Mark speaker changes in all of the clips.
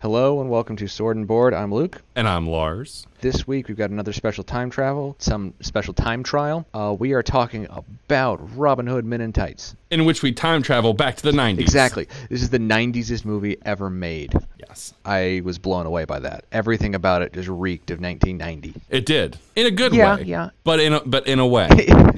Speaker 1: Hello and welcome to Sword and Board. I'm Luke.
Speaker 2: And I'm Lars.
Speaker 1: This week we've got another special time travel, some special time trial. Uh, we are talking about Robin Hood Men in Tights.
Speaker 2: In which we time travel back to the 90s.
Speaker 1: Exactly. This is the 90s movie ever made.
Speaker 2: Yes.
Speaker 1: I was blown away by that. Everything about it just reeked of 1990.
Speaker 2: It did. In a good
Speaker 1: Yeah,
Speaker 2: way.
Speaker 1: yeah.
Speaker 2: But in a, but in a way.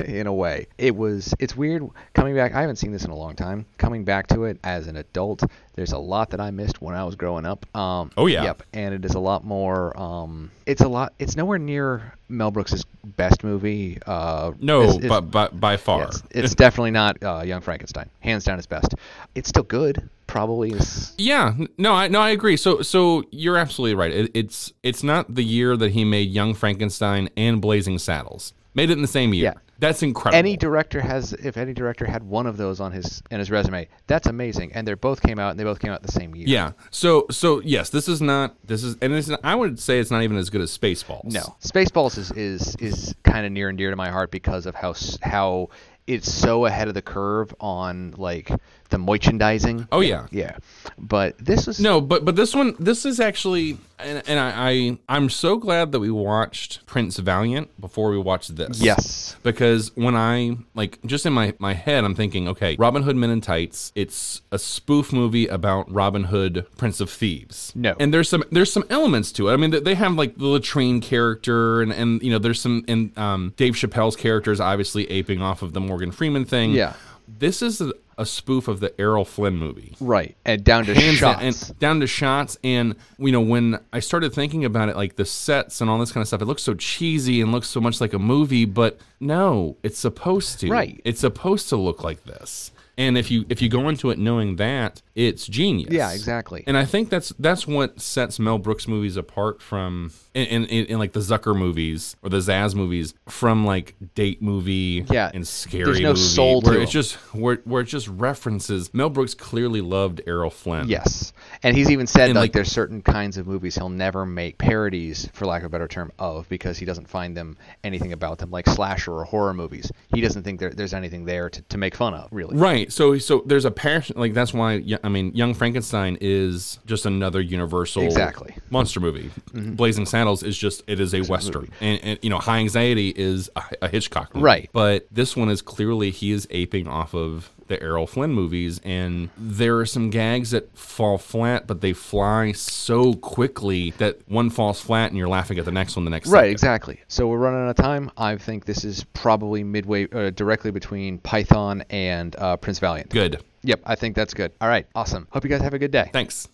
Speaker 1: in a way. It was it's weird coming back. I haven't seen this in a long time. Coming back to it as an adult, there's a lot that I missed when I was growing up. Um,
Speaker 2: Oh, yeah.
Speaker 1: Yep. And it is a lot more. Um, it's a lot. It's nowhere near Mel Brooks's best movie. Uh,
Speaker 2: no,
Speaker 1: it's- it's-
Speaker 2: but by, by far.
Speaker 1: Yes, it's definitely not uh, Young Frankenstein. Hands down, his best. It's still good. Probably is.
Speaker 2: Yeah, n- no, I no, I agree. So, so you're absolutely right. It, it's it's not the year that he made Young Frankenstein and Blazing Saddles. Made it in the same year.
Speaker 1: Yeah.
Speaker 2: That's incredible.
Speaker 1: Any director has, if any director had one of those on his in his resume, that's amazing. And they both came out, and they both came out the same year.
Speaker 2: yeah. So, so yes, this is not this is, and it's, not- I would say it's not even as good as Spaceballs.
Speaker 1: No, Spaceballs is is is kind of near and dear to my heart because of how s- how it's so ahead of the curve on like the merchandising.
Speaker 2: Oh yeah.
Speaker 1: yeah. But this is
Speaker 2: No, but but this one, this is actually, and, and I, I I'm so glad that we watched Prince Valiant before we watched this.
Speaker 1: Yes.
Speaker 2: Because when I like just in my my head, I'm thinking, okay, Robin Hood Men in Tights. It's a spoof movie about Robin Hood, Prince of Thieves.
Speaker 1: No.
Speaker 2: and there's some there's some elements to it. I mean, they- they have like the latrine character, and and you know, there's some and um, Dave Chappelle's character is obviously aping off of the Morgan Freeman thing.
Speaker 1: Yeah.
Speaker 2: this is a, a spoof of the Errol Flynn movie
Speaker 1: Right. And down to
Speaker 2: hands down-
Speaker 1: shots.
Speaker 2: and down to shots and you know when i started thinking about it like the sets and all this kind of stuff it looks so cheesy and looks so much like a movie but no it's supposed to
Speaker 1: Right.
Speaker 2: it's supposed to look like this and if you if you go into it knowing that it's genius
Speaker 1: Yeah, exactly.
Speaker 2: and i think that's that's what sets mel brooks movies apart from and in, in, in like the zucker movies or the zaz movies from like date movie
Speaker 1: Yeah,
Speaker 2: and
Speaker 1: there's
Speaker 2: scary
Speaker 1: no
Speaker 2: movie,
Speaker 1: soul to
Speaker 2: where it's
Speaker 1: them.
Speaker 2: just where, where it just references mel brooks clearly loved errol flynn
Speaker 1: Yes. And he's even said
Speaker 2: And,
Speaker 1: like,
Speaker 2: like-
Speaker 1: there's certain kinds of movies he'll never make parodies, for lack of a better term, of because he doesn't find them anything about them, like slasher or horror movies. He doesn't think there, there's anything there to, to make fun of, really.
Speaker 2: Right. So so there's a passion like that's why yeah, I mean Young Frankenstein is just another universal
Speaker 1: Exactly. Mm-hmm.
Speaker 2: monster movie. Blazing Saddles is just it is a western. And, and you know High Anxiety is a, a Hitchcock movie.
Speaker 1: Right.
Speaker 2: But this one is clearly he is aping off of the Errol Flynn movies and there are some gags that fall flat but they fly so quickly that one falls flat and you're laughing at the next one the next
Speaker 1: Right,
Speaker 2: second.
Speaker 1: exactly. So we're running out of time. I think this is probably midway, uh, directly between Python and uh, Prince Valiant.
Speaker 2: Good.
Speaker 1: Yep, I think that's good. All right, awesome. Hope you guys have a good day.
Speaker 2: Thanks.